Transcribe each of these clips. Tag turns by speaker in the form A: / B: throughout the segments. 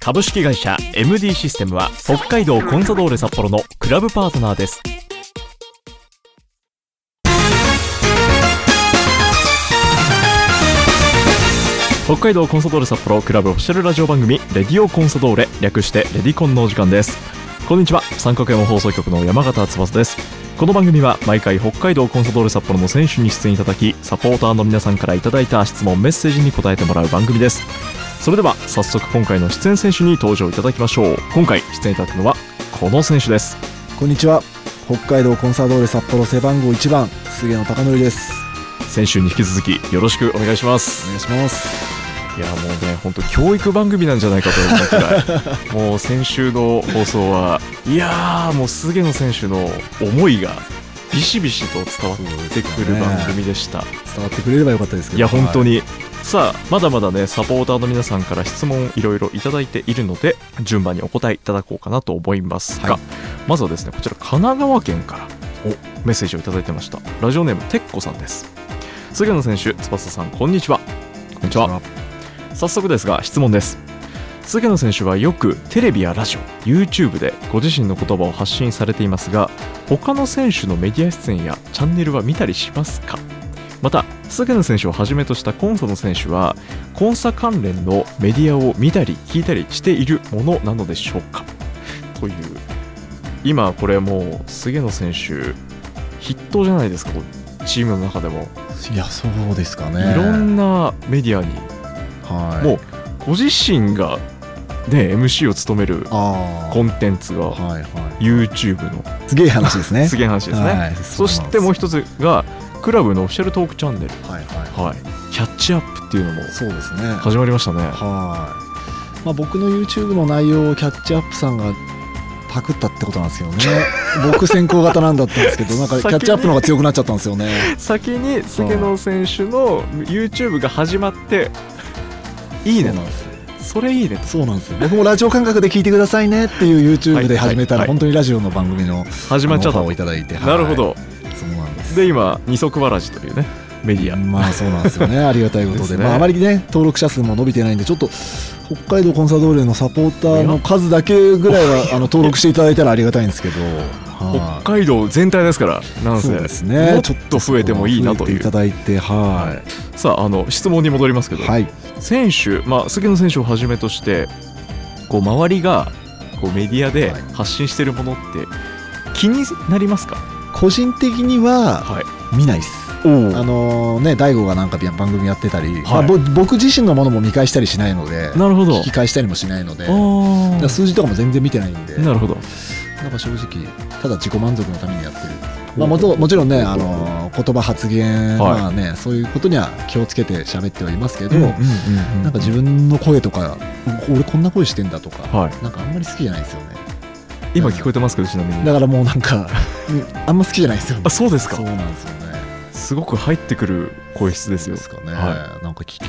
A: 株式会社 MD システムは北海道コンサドーレ札幌のクラブパートナーです北海道コンサドーレ札幌クラブオフィシャルラジオ番組「レディオコンサドーレ」略して「レディコン」のお時間ですこんにちは三角山放送局の山形翼ですこの番組は毎回北海道コンサドーレ札幌の選手に出演いただきサポーターの皆さんからいただいた質問メッセージに答えてもらう番組ですそれでは早速今回の出演選手に登場いただきましょう今回出演いただくのはこの選手です
B: こんにちは北海道コンサドーレ札幌背番号1番菅野貴則です
A: 先週に引き続きよろしくお願いします
B: お願いします
A: いやもうね本当教育番組なんじゃないかと思ったく らいもう先週の放送はいやーもう菅野選手の思いがビシビシと伝わってくる番組でした
B: 伝わってくれればよかったですけど
A: いや本当に、さあまだまだねサポーターの皆さんから質問いろいろいただいているので順番にお答えいただこうかなと思いますが、
B: はい
A: まずはですねこちら神奈川県からメッセージをいただいてましたラジオネームてっこさんです菅野選手翼さんこんにちはこんにち
B: は
A: 早速ですが質問です菅野選手はよくテレビやラジオ YouTube でご自身の言葉を発信されていますが他の選手のメディア出演やチャンネルは見たりしますかまた菅野選手をはじめとしたコンサの選手はコンサ関連のメディアを見たり聞いたりしているものなのでしょうかという今これもう菅野選手筆頭じゃないですかこうチームの中でも
B: いやそうですかね
A: いろんなメディアに
B: はい
A: もうご自身がね MC を務める
B: ああ
A: コンテンツが
B: はいは
A: YouTube の
B: いすげえ話です ね
A: すげえ話ですね、
B: はい
A: そしてもう一つがクラブのオフィシャルトークチャンネル、
B: つはいは
A: はい、キャッチアップっていうのも
B: いそうですね
A: 始まりましたね
B: はい、まあ、僕の YouTube の内容をキャッチアップさんがパクったってことなんです けどね僕先行型なんだったんですけどなんかキャッチアップの方が強くなっちゃったんですよね
A: 先に菅野選手の YouTube が始まっていいね
B: そうなんですよ
A: それいいね
B: そうなんですよ僕もラジオ感覚で聞いてくださいねっていう YouTube で始めた
A: は
B: ら
A: いはい
B: 本当にラジオの番組の
A: 始まっちゃっ
B: あ
A: た
B: のオファーをいただいて、はい
A: なるほど
B: そうなんです
A: で今二足わらじというねメディア
B: まあそうなんですよ ねありがたいことで
A: ですね
B: まあ、あまりね登録者数も伸びてないんでちょっと北海道コンサドーレのサポーターの数だけぐらいはあの登録していただいたらありがたいんです けど、は
A: 北海道全体ですからなん
B: い、
A: せ
B: そうですね
A: もっと増えてもいいなと
B: 増え
A: い
B: ていうただいては
A: さああの質問に戻りますけ
B: い、
A: ど、
B: はい、
A: 選手、まあ、菅野選手をはじめとしてこう周りがこうメディアで
B: はい
A: 発信してるものって気になりますか、
B: 個人的には
A: はい、
B: 見ないです
A: お
B: あのね大悟がなんか番組やってたり、まあ
A: はい
B: ぼ僕自身のものも見返したりしないので
A: なるほど
B: 聞き返したりもしないのでだ
A: あ
B: から数字とかも全然見てないんで
A: ーなるほど
B: なんか正直ただ自己満足のためにやってる、
A: お
B: まあ、もともちろんね、あの言葉発言
A: はい
B: まあねそういうことには気をつけて喋ってはいますけど、
A: うん
B: なんか自分の声とか俺こんな声してんだとか、
A: はい
B: なんかあんまり好きじゃないですよね
A: 今聞こえてますけどちなみに
B: だからもうなんかうんあんま好きじゃないですよね
A: あそうですか
B: そうなんですよね
A: すごく入ってくる声質ですよ
B: そうかね、
A: は
B: なんか聞きね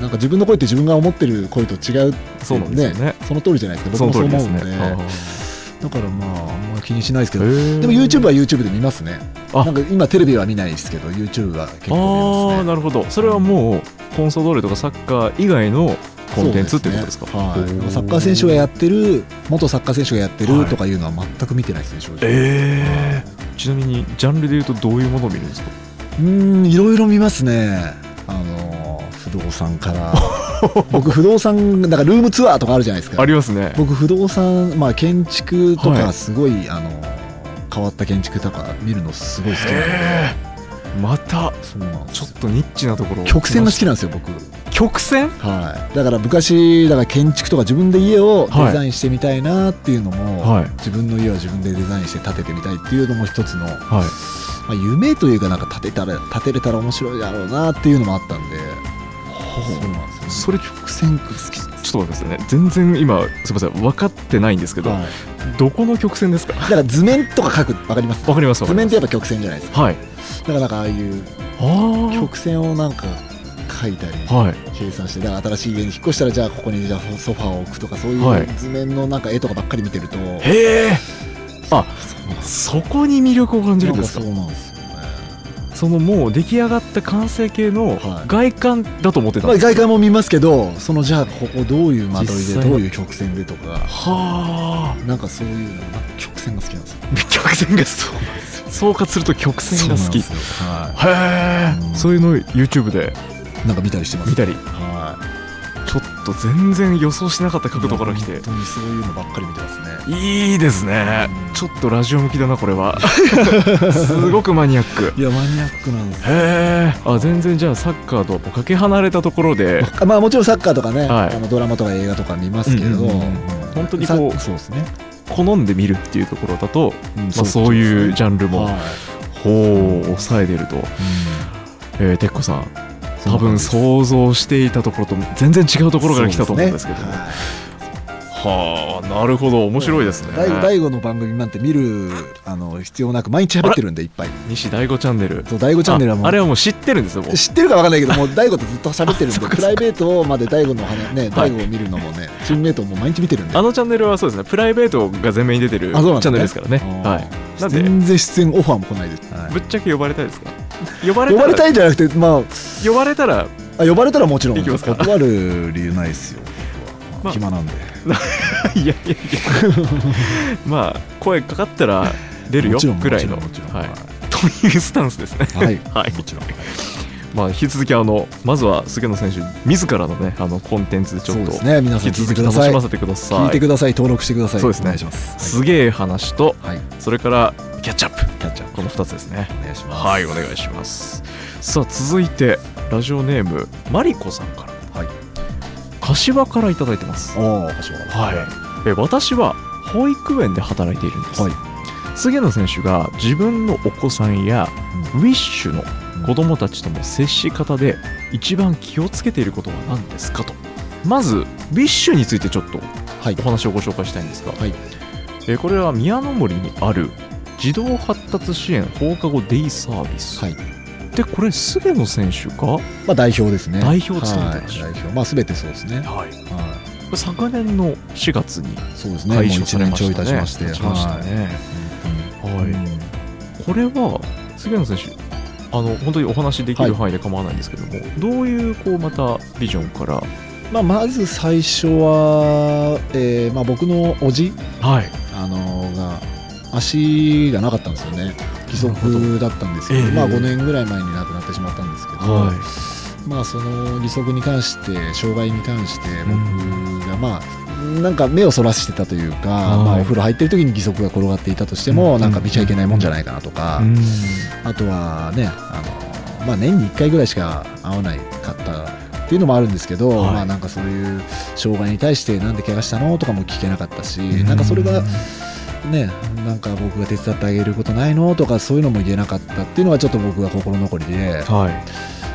B: なんか自分の声って自分が思ってる声と違う
A: そうなんですよね
B: その通りじゃないですか
A: そ
B: 僕
A: の
B: も
A: 通
B: そう
A: りで
B: 思う
A: す
B: ん
A: ね
B: でだからまああんま気にしないですけ
A: あ
B: ど
A: ー
B: でも YouTube は YouTube で見ますね。
A: あ
B: なんか今テレビは見ないですけど、YouTube は結構見
A: あ
B: ま
A: あな
B: すね。
A: るほどそれはもうコンサドーレとかサッカー以外のコンテンツっていうことですか
B: そうですねはい、サッカー
A: 選
B: 選手
A: 手
B: がやってる、元サッカー選手がやって
A: はい
B: るとかいうのは全く見てないですね、正直。
A: えー、ちなみにジャンルでいうとどういうものを見るんですか
B: うーん、いろいろ見ますね。あのー不動産から。僕、不動産、なんかルームツアーとかあるじゃないですか
A: あ。りますね
B: 僕、不動産、まあ、建築と
A: は
B: か、
A: い
B: すごい、あのー変わった建築とか見るのすごい好きなんで、
A: えーまた
B: そうなんで
A: ち
B: す
A: ょっとニッチなところ
B: 曲線が好き
A: な
B: なんですよ、僕。
A: 曲線
B: はい、だから昔だから建築とか自分で家を
A: はい
B: デザインしてみたいなっていうのも、
A: はい
B: 自分の家は自分でデザインして建ててみたいっていうのも一つの、ま
A: はい
B: あ、夢というかなんか建てたら建てれたら面白いだろうなっていうのもあったんでそうなんですよ
A: それ
B: 曲線好き
A: ちょっと待ってくださいね全然今すいません分かってないんですけど、
B: はい、
A: どこの曲線ですか
B: だから図面とか書くわかります
A: わかりますわ
B: 図
A: かりま
B: 面
A: す
B: ってやっぱ曲線じゃないですか
A: はい
B: だからなんかああいう
A: あー
B: 曲線をなんか書いたり
A: はい
B: 計算してだから新しい家に引っ越したらじゃあここにじゃあソファーを置くとかそうい
A: はいう
B: 図面のなんか絵とかばっかり見てると、
A: へえあ
B: そうなんです
A: そこに魅力を感じるん
B: なん
A: で
B: か
A: す
B: そ
A: か
B: うなんですよね、
A: そのもう出来上がった完成形の
B: はい
A: 外観だと思ってたん
B: まあ、
A: です
B: 外観も見ますけどそのじゃあここどういう間取りで
A: 実際
B: ど
A: の
B: ういう曲線でとか
A: はあ
B: なんかそういうのなんか曲線が好きなんですよ
A: 曲線がそう総括すると曲線が好きへ
B: そうなんですよはう
A: え
B: ん
A: そういうのを YouTube で
B: いなんか見たりしてます
A: 見たり
B: はい
A: ちょっと全然予想しなかった角度から来
B: いや
A: て
B: 本当にそういうのばっかり見てますね
A: いいですね
B: うん
A: ちょっとラジオ向きだなこれ はすごくマニアック
B: いやマニアックなんですよ
A: へえあ全然じゃあサッカーとはもうかけ離れたところ で
B: あまあもちろんサッカーとかね、
A: はい
B: あのドラマとか映画とか見ますけれど、
A: うんうんうんうん本当にこう
B: さそうですね、
A: 好んで見るっていうところだと、まあ、そういうジ
B: ャン
A: ャンルもほう抑えてると、えー、てっこさん多分想像していたところと全然違うところから来たと思うんですけど
B: そう
A: は
B: はい
A: あなるほど面白いですね
B: 大大悟の番組なんて見るあの必要なく毎日喋ってるんでいっぱい
A: 西大悟チャンネル
B: そう大悟チャンネルはも
A: ああれ
B: う
A: はもう知ってるんですよもう
B: 知ってるか分かんないけどもう大悟とずっと喋ってる
A: あ
B: ん
A: そ
B: で
A: っか
B: プライベートまで大悟の話ね大悟を見るのもねチームメイトも毎日見てるんで
A: あのチャンネルはそうですねプライベートが前面に出てるチ
B: あそうなん
A: ャ
B: ですね
A: ンネルですからね
B: あ
A: は
B: ー
A: いなんで
B: 全然出演オファーも来ないです、
A: ぶっちゃけ呼ばれたいですか呼ばれ
B: 呼
A: た
B: ば
A: ら
B: れたいんじゃなくてまあ
A: 呼ばれた ら
B: あ呼ばれたらもちろん
A: 行きますか
B: 断る理由ないですよ、僕は
A: まあ
B: 暇なんで
A: いやいやいや まあ声かかったら出るよ
B: もちろん
A: ぐらいの
B: もちろんもちろん
A: はい、というスタンスですね
B: はい、
A: はい
B: もちろん
A: まあ引き続きあのまずは菅野選手自らのねあのコンテンツでちょ
B: そ
A: っ
B: う
A: と
B: ですね皆さん
A: 引き
B: 聞い
A: 続
B: て
A: き
B: くだ
A: 楽
B: さい
A: しませてください
B: 聞いてください登録してください
A: そうですね
B: お願いします
A: すげえ話と
B: はい
A: それからキャッチアップ
B: キャッチャー
A: この2つですね
B: お願いします
A: はいお願いしますさあ続いてラジオネームマリコさんから、
B: はい
A: 柏からいただいてます
B: おお橋本
A: はい、え私は保育園で働いているんです、
B: はい
A: 菅野選手が自分のお子さんやウィッシュの子供たちとの接し方で一番気をつけていることは何ですかとまずウィッシュについてちょっと
B: はい
A: お話をご紹介したいんですが、
B: はい
A: えこれは宮の森にある児童発達支援放課後デイサービス、
B: はい
A: でこれ菅野選手が、は
B: まあ代表ですね
A: 代表を務めてらっしゃ
B: はい代表まあ全てそうです
A: い、
B: ねは
A: 昨年の4月に
B: いそうですねもう
A: 解消
B: 1
A: され
B: 年
A: ま
B: ちょい
A: し
B: い
A: た
B: た
A: ね
B: しまして
A: 経ちました
B: はい
A: ね、
B: うん
A: はいこれは杉野選手あの本当にお話できる範囲で構わないんですけども、どういうこうまたビジョンから
B: まあまず最初はえーまあ僕のおじ
A: はい
B: あのが足がなかったんですよね義足だったんですけど
A: なるほ
B: ま
A: ど
B: あ5年ぐらい前に亡くなってしまったんですけど、
A: は
B: まあその義足に関して障害に関して
A: うん
B: 僕がまあなんか目をそらしてたというか、
A: はい
B: まあ、お風呂入ってる時に義足が転がっていたとして
A: う
B: も
A: ん
B: なんか見ちゃいけないもんじゃないかなとか、
A: うん
B: あとはねあの、まあ、年に1回ぐらいしか会わないかったっていうのもあるんですけど、
A: はい
B: まあ、なんかそういう障害に対してなんで怪我したのとかも聞けなかったし、なんかそれがね、なんか僕が手伝ってあげることないのとかそういうのも言えなかったっていうのがちょっと僕が心残りで
A: は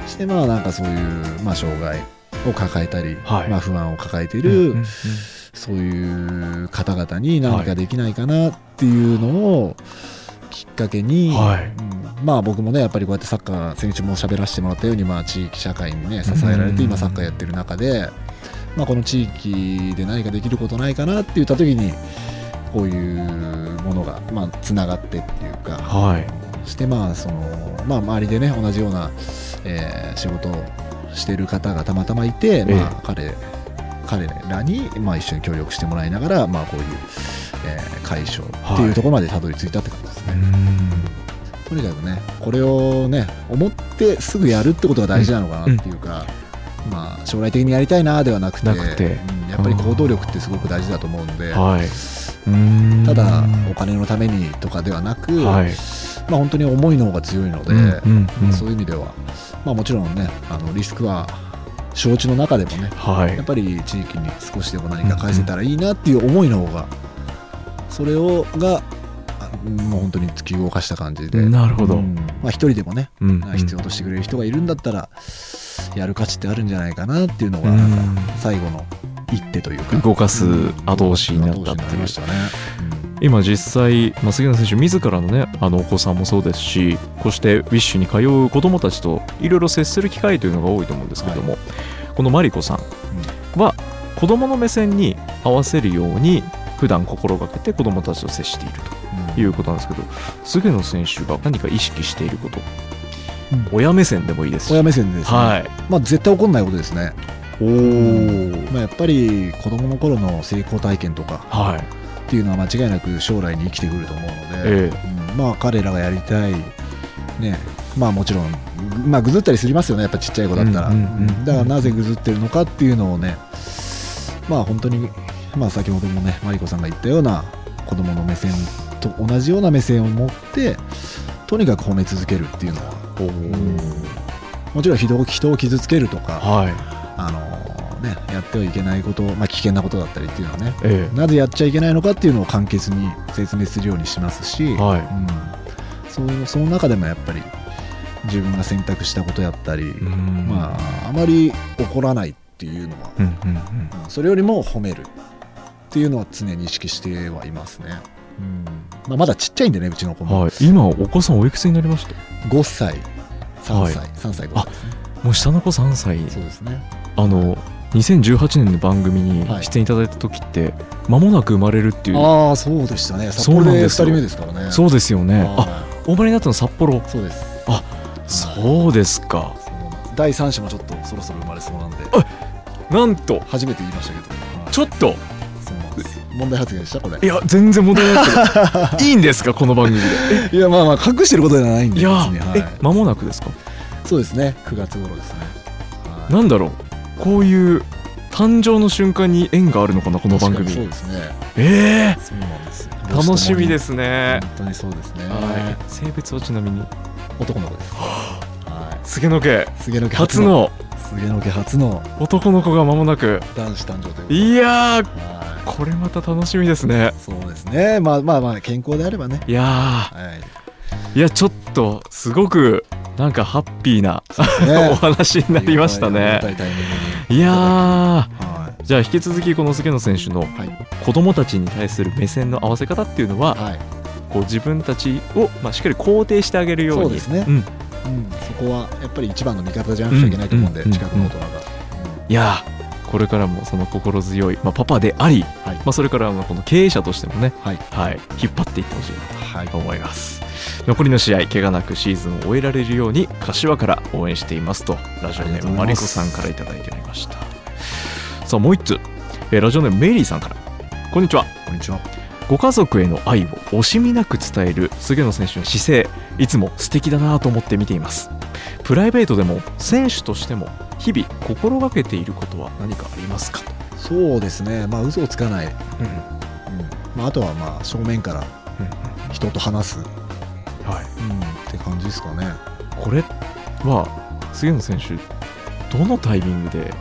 A: い
B: してまあなんかそういう、まあ、障害を抱えたり、
A: はい
B: まあ、不安を抱えてい
A: うん
B: る、
A: うんうん
B: そういう方々に何かできないかなっていうのをきっかけに、
A: はい
B: うんまあ僕もねやっぱりこうやってサッカー先週も喋らせてもらったように、まあ、地域社会にね支えられて
A: う
B: 今
A: ん
B: サッカーやってる中で、まあ、この地域で何かできることないかなって言った時にこういうものがまあつながってっていうか、
A: はい
B: してまあその、まあ、周りでね同じような、えー仕事をしてる方がたまたまいて、
A: ええ
B: まあ、彼彼らに、まあ、一緒に協力してもらいながら、まあ、こういう、えー解消って
A: はいいう
B: ところまでたどり着いたって感じですね、とにかくねこれをね思ってすぐやるってことが大事なのかなっていうか、まあ、将来的にやりたいなではなくて
A: なくて
B: うんやっぱり行動力ってすごく大事だと思うんで、
A: はいうん
B: ただお金のためにとかではなく、
A: はい
B: まあ、本当に思いの方が強いので、
A: うんうん
B: そういう意味では、まあ、もちろんねあのリスクは承知の中でもね
A: は
B: やっ
A: い
B: ぱり地域に少しでも何か返せたらいいなっていう思いの方がそれをがあもう本当に突き動かした感じで、
A: なるほど、
B: うんまあ、一人でもね
A: うんうん
B: 必要としてくれる人がいるんだったらやる価値ってあるんじゃないかなっていうの
A: う
B: が
A: ん
B: 最後の一手というか
A: 動かす後押しになったっていう
B: 後押しになりましたね、
A: 今実際、まあ、杉野選手自らのねあのお子さんもそうですしこうしてウィッシュに通う子どもたちといろいろ接する機会というのが多いと思うんですけども、このマリコさんは子どもの目線に合わせるように普段心がけて子どもたちと接しているということなんですけど菅野選手が何か意識していること、
B: うん
A: 親目線でもいいですし
B: 親目線でですね、
A: はい
B: まあ、絶対怒んないことですね、
A: お
B: まあ、やっぱり子供の頃の成功体験とか
A: はい
B: っていうのは間違いなく将来に生きてくると思うので、
A: え
B: うんまあ彼らがやりたいねまあもちろん、まあ、ぐずったりすりますよねやっぱちっちゃい子だったら、
A: うんうんうんうん
B: だからなぜぐずってるのかっていうのをねまあ本当にまあ先ほどもねマリコさんが言ったような子供の目線と同じような目線を持ってとにかく褒め続けるっていうのは、
A: え
B: もちろん人を人を傷つけるとか
A: はい
B: あのね、やってはいけないこと、まあ、危険なことだったりっていうのはね
A: え
B: なぜやっちゃいけないのかっていうのを簡潔に説明するようにしますし、
A: えはい
B: うん、そういうその中でもやっぱり自分が選択したことやったり、
A: うん
B: まあ、あまり怒らないっていうのは、
A: うんうんうん
B: うんそれよりも褒めるっていうのは常に意識してはいますね、うんまあ、まだちっちゃいんでねうちの子も、
A: はい、今お子さんおいくつになりました
B: 5歳3歳、
A: は
B: 3歳5歳ですね
A: もう下の子3歳
B: そうですね
A: あの2018年の番組に
B: はい
A: 出演いただいた時って、間もなく生まれるっていう
B: ああそうでしたね札
A: そう
B: 幌
A: なん
B: で2
A: です
B: 人
A: よ
B: 目ですからね
A: そうですよねあ
B: あ
A: お生まれになったの札幌
B: そうです
A: そうですか
B: そうなんです第3子もちょっとそろそろ生まれそうなんで
A: なんと
B: 初めて言いましたけど、はい
A: ちょっと
B: そうなんです問題発言でしたこれ
A: いや全然問題ない ですけどいいんですかこの番組で
B: いやまあまあ隠してることではないんで
A: いや、
B: 別には
A: え間もなくですか
B: い、そうですね9月頃ですね、はい
A: なんだろうこういう誕生の瞬間に縁があるのかなこの番
B: 確かにそ
A: 組
B: うですね
A: ええ
B: そうなんです
A: 楽しみですすね
B: 本当にそうですね、
A: はい性別はちなみに
B: 男の子ですは
A: 菅野家
B: い菅野家
A: 初の
B: 菅野家初の
A: 男の子が間もなく
B: 男子誕生ということで
A: いやー
B: は
A: これまた楽しみですね
B: いそうですねまあまあまあ健康であればね
A: いや
B: はい
A: ーいやちょっとすごくなんかハッピーな、 お話になりました
B: あ
A: ね
B: りがたいタイミングに
A: いや
B: は
A: ーじゃあ引き続きこの菅野選手の
B: いはい
A: 子供たちに対する目線の合わせ方っていうのは、
B: はい
A: こう自分たちを、まあ、しっかり肯定してあげるように
B: そうですね
A: ん、
B: うんそこはやっぱり一番の味方じゃなくちゃいけないと思うんで
A: うん
B: 近くの大人が
A: いやーこれからもその心強い、まあ、パパであり、
B: はい
A: まあ、それからはまあこの経営者としてもね、
B: はい
A: はい、引っ張っていってほしいな
B: はい
A: と思います残りの試合怪我なくシーズンを終えられるように柏から応援していますとラジオネ
B: ありが
A: ー
B: とう
A: ム
B: ご
A: マ
B: ざ
A: リ
B: いま
A: コ
B: す
A: さんからいただいておりましたさあもう一つ、えーラジオネームメイリーさんからこんにちは
B: こんにちは
A: ご家族への愛を惜しみなく伝える菅野選手の姿勢いつも素敵だなと思って見ていますプライベートでも選手としても日々心がけていることは何かありますかと、
B: そうですね、まあ嘘をつかない、うん
A: うん
B: まあ、あとはまあ正面から人と話す、うん、っ
A: はい、
B: て感じですかね。
A: これは杉野選手どのタイミングで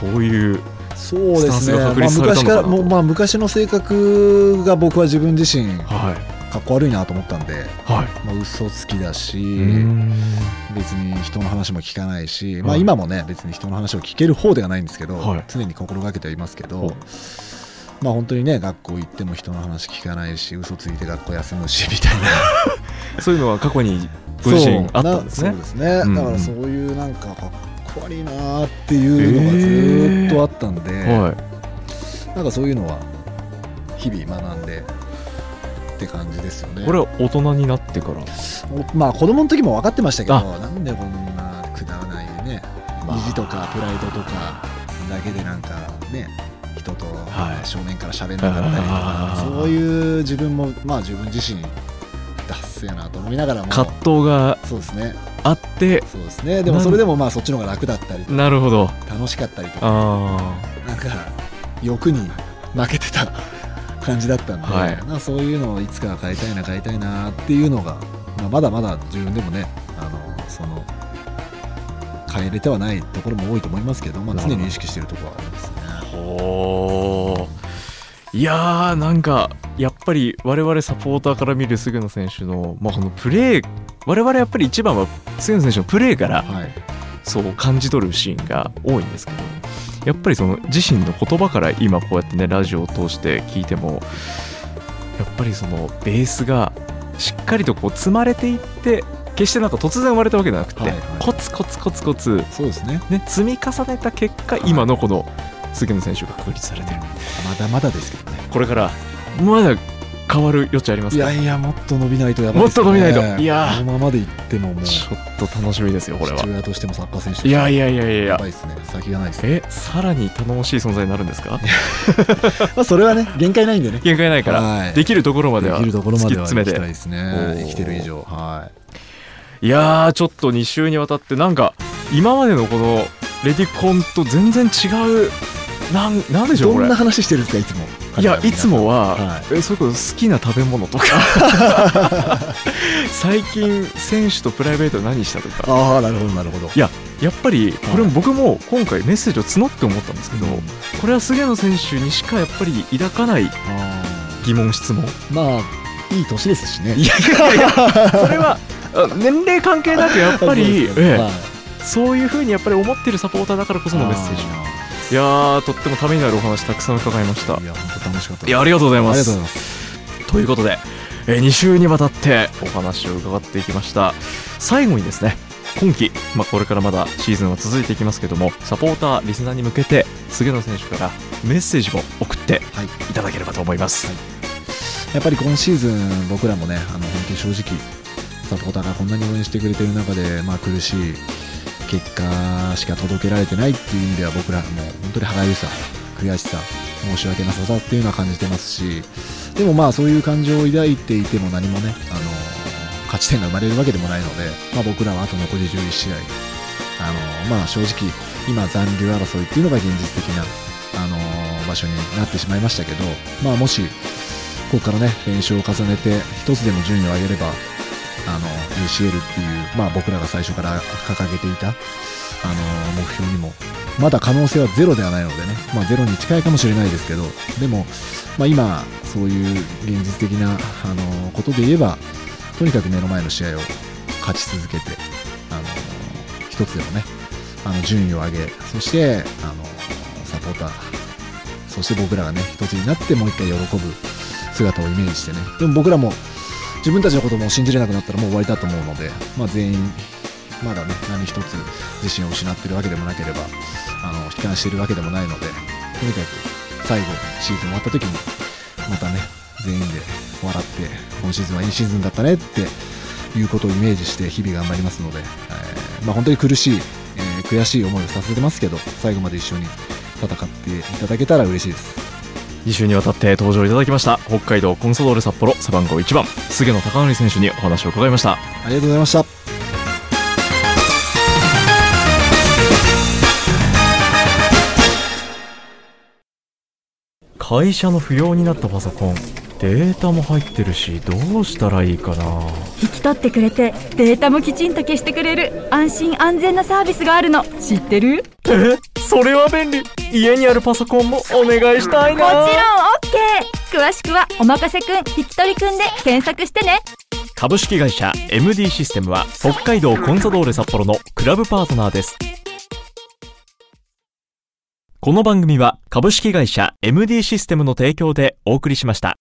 A: こういう
B: そうで
A: スタンス
B: すね、
A: が
B: ま
A: 確
B: あ、
A: 立された
B: 昔
A: のか
B: か
A: な
B: らもう、まあ、昔の性格が僕は自分自身、か
A: はい
B: っこ悪いなと思ったんで、
A: はい
B: まあ、嘘つきだし、
A: うん
B: 別に人の話も聞かないし、ま
A: は
B: あ、
A: い
B: 今もね、別に人の話を聞ける方ではないんですけど、
A: はい
B: 常に心がけてはいますけど、
A: ほう
B: まあ、本当にね、学校行っても人の話聞かないし、嘘ついて学校休むしみたいな。
A: そういうのは過去にご自身あったんです
B: そう
A: ね
B: なそうです
A: うん
B: ね。だからそういうなんかかっこ悪いなーっていうのがずーっとあったんで、
A: はい
B: なんかそういうのは日々学んでって感じですよね。
A: これは大人になってから
B: おまあ子供の時も分かってましたけど、
A: あ
B: なんでこんなくだらないね、
A: まあ
B: 意地とかプライドとかだけでなんかね。人と
A: はい
B: 正面から喋んなかったりとか、
A: あー
B: そういう自分もまあ自分自身ダッセーなと思いながらも
A: 葛藤が
B: そうですね
A: あって
B: そうですねでもそれでもまあそっちの方が楽だったり
A: なるほど
B: 楽しかったりとか
A: ああ
B: なんか欲に負けてた感じだったんで、
A: はい
B: なんかそういうのをいつか変えたいな変えたいなっていうのが、まあ、まだまだ自分でもねあのその変えれてはないところも多いと思いますけど、まあ、常に意識してるところはありますね。
A: おーいやーなんかやっぱり我々サポーターから見る菅野選手の,、まあこのプレー我々やっぱり一番は菅野選手のプレーから
B: はい、
A: そう感じ取るシーンが多いんですけどやっぱりその自身の言葉から今こうやってねラジオを通して聞いてもやっぱりそのベースがしっかりとこう積まれていって決してなんか突然生まれたわけじゃなくて、
B: はいはい
A: コツコツコツコツ、
B: そうですね
A: ね、積み重ねた結果、
B: はい
A: 今のこの菅野選手が確立されてる
B: まだまだですけどね
A: これからまだ変わる余地あります
B: い
A: か
B: やいやもっと伸びないとやばいです
A: もっと伸びないといやー
B: このままでいってももう
A: ち
B: 父
A: ょっと楽しみですよこれは
B: 親としてもサッカー選手として
A: い
B: も
A: やいやいやいやい
B: や
A: や
B: ばいですね先がないですね
A: えさらに頼もしい存在になるんですか
B: まあそれはね限界ないんでね
A: 限界ないから
B: はい
A: できるところまで
B: で
A: は
B: きるところまでは
A: 突き詰
B: 行
A: め
B: き
A: て
B: たいです
A: おー
B: ね生きてる以上はい
A: いやーちょっと2週にわたってなんか今までのこのレディコンと全然違うなんなんでしょう
B: ど
A: これ
B: んな話してるんですかいつも
A: いやいつもは、
B: は
A: えそれこそ好きな食べ物とか 最近選手とプライベートで何したとか
B: ああなるほどなるほど
A: やっぱりこれも僕も今回メッセージを募って思ったんですけど、
B: うん
A: これは菅野選手にしかやっぱり抱かない
B: あ
A: 疑問質問
B: ーまあいい年ですしね
A: いやいやいやそれ はあ年齢関係なくやっぱり
B: そうですね
A: ええ
B: はい
A: そういうふうにやっぱり思ってるサポーターだからこそのメッセージ
B: あ
A: いやーとってもためになるお話たくさん伺いました
B: ーいや本当楽しかったです
A: いやありがとうござい
B: あ
A: ま
B: りが
A: す
B: とうござい
A: と
B: ます
A: いうことで、え2週にわたってお話を伺っていきました最後にですね今季、まあ、これからまだシーズンは続いていきますけどもサポーターリスナーに向けて菅野選手からメッセージも送って
B: はい
A: いただければと思います、
B: はいやっぱり今シーズン僕らもねあの本当に正直サポーターがこんなに応援してくれてる中で、まあ、苦しい結果しか届けられてないっていう意味では僕らもう本当に歯がゆさ悔しさ申し訳なささっていうのは感じてますしでもまあそういう感情を抱いていても何もねあの勝ち点が生まれるわけでもないので、まあ、僕らはあと残り11試合あのまあ正直今残留争いっていうのが現実的なあの場所になってしまいましたけど、まあ、もしここからね練習を重ねて一つでも順位を上げればあの UCL っていう、まあ、僕らが最初から掲げていたあの目標にもまだ可能性はゼロではないのでね、まあ、ゼロに近いかもしれないですけどでも、まあ、今そういう現実的なあのことで言えばとにかく目の前の試合を勝ち続けてあの一つでもねあの順位を上げそしてあのサポーターそして僕らがね一つになってもう一回喜ぶ姿をイメージしてねでも僕らも自分たちのことも信じれなくなったらもう終わりだと思うので、まあ、全員まだね何一つ自信を失ってるわけでもなければあの悲観してるわけでもないのでとにかく最後シーズン終わった時にまたね全員で笑って今シーズンはいいシーズンだったねっていうことをイメージして日々頑張りますので、えーまあ、本当に苦しい、えー悔しい思いをさせてますけど最後まで一緒に戦っていただけたら嬉しいです。
A: 2週にわたって登場いただきました北海道コンソドール札幌背番号1番菅野貴則選手にお話を伺いました
B: ありがとうございました。
A: 会社の不要になったパソコンデータも入ってるしどうしたらいいかな
C: 引き取ってくれてデータもきちんと消してくれる安心安全なサービスがあるの知ってる
A: えそれは便利家にあるパソコンもお願いしたい
C: もちろん OK 詳しくは「おまかせくん引き取りくん」で検索してね
A: 株式会社 MD システムは北海道コンサドーレ札幌のクラブパートナーですこの番組は株式会社 MD システムの提供でお送りしました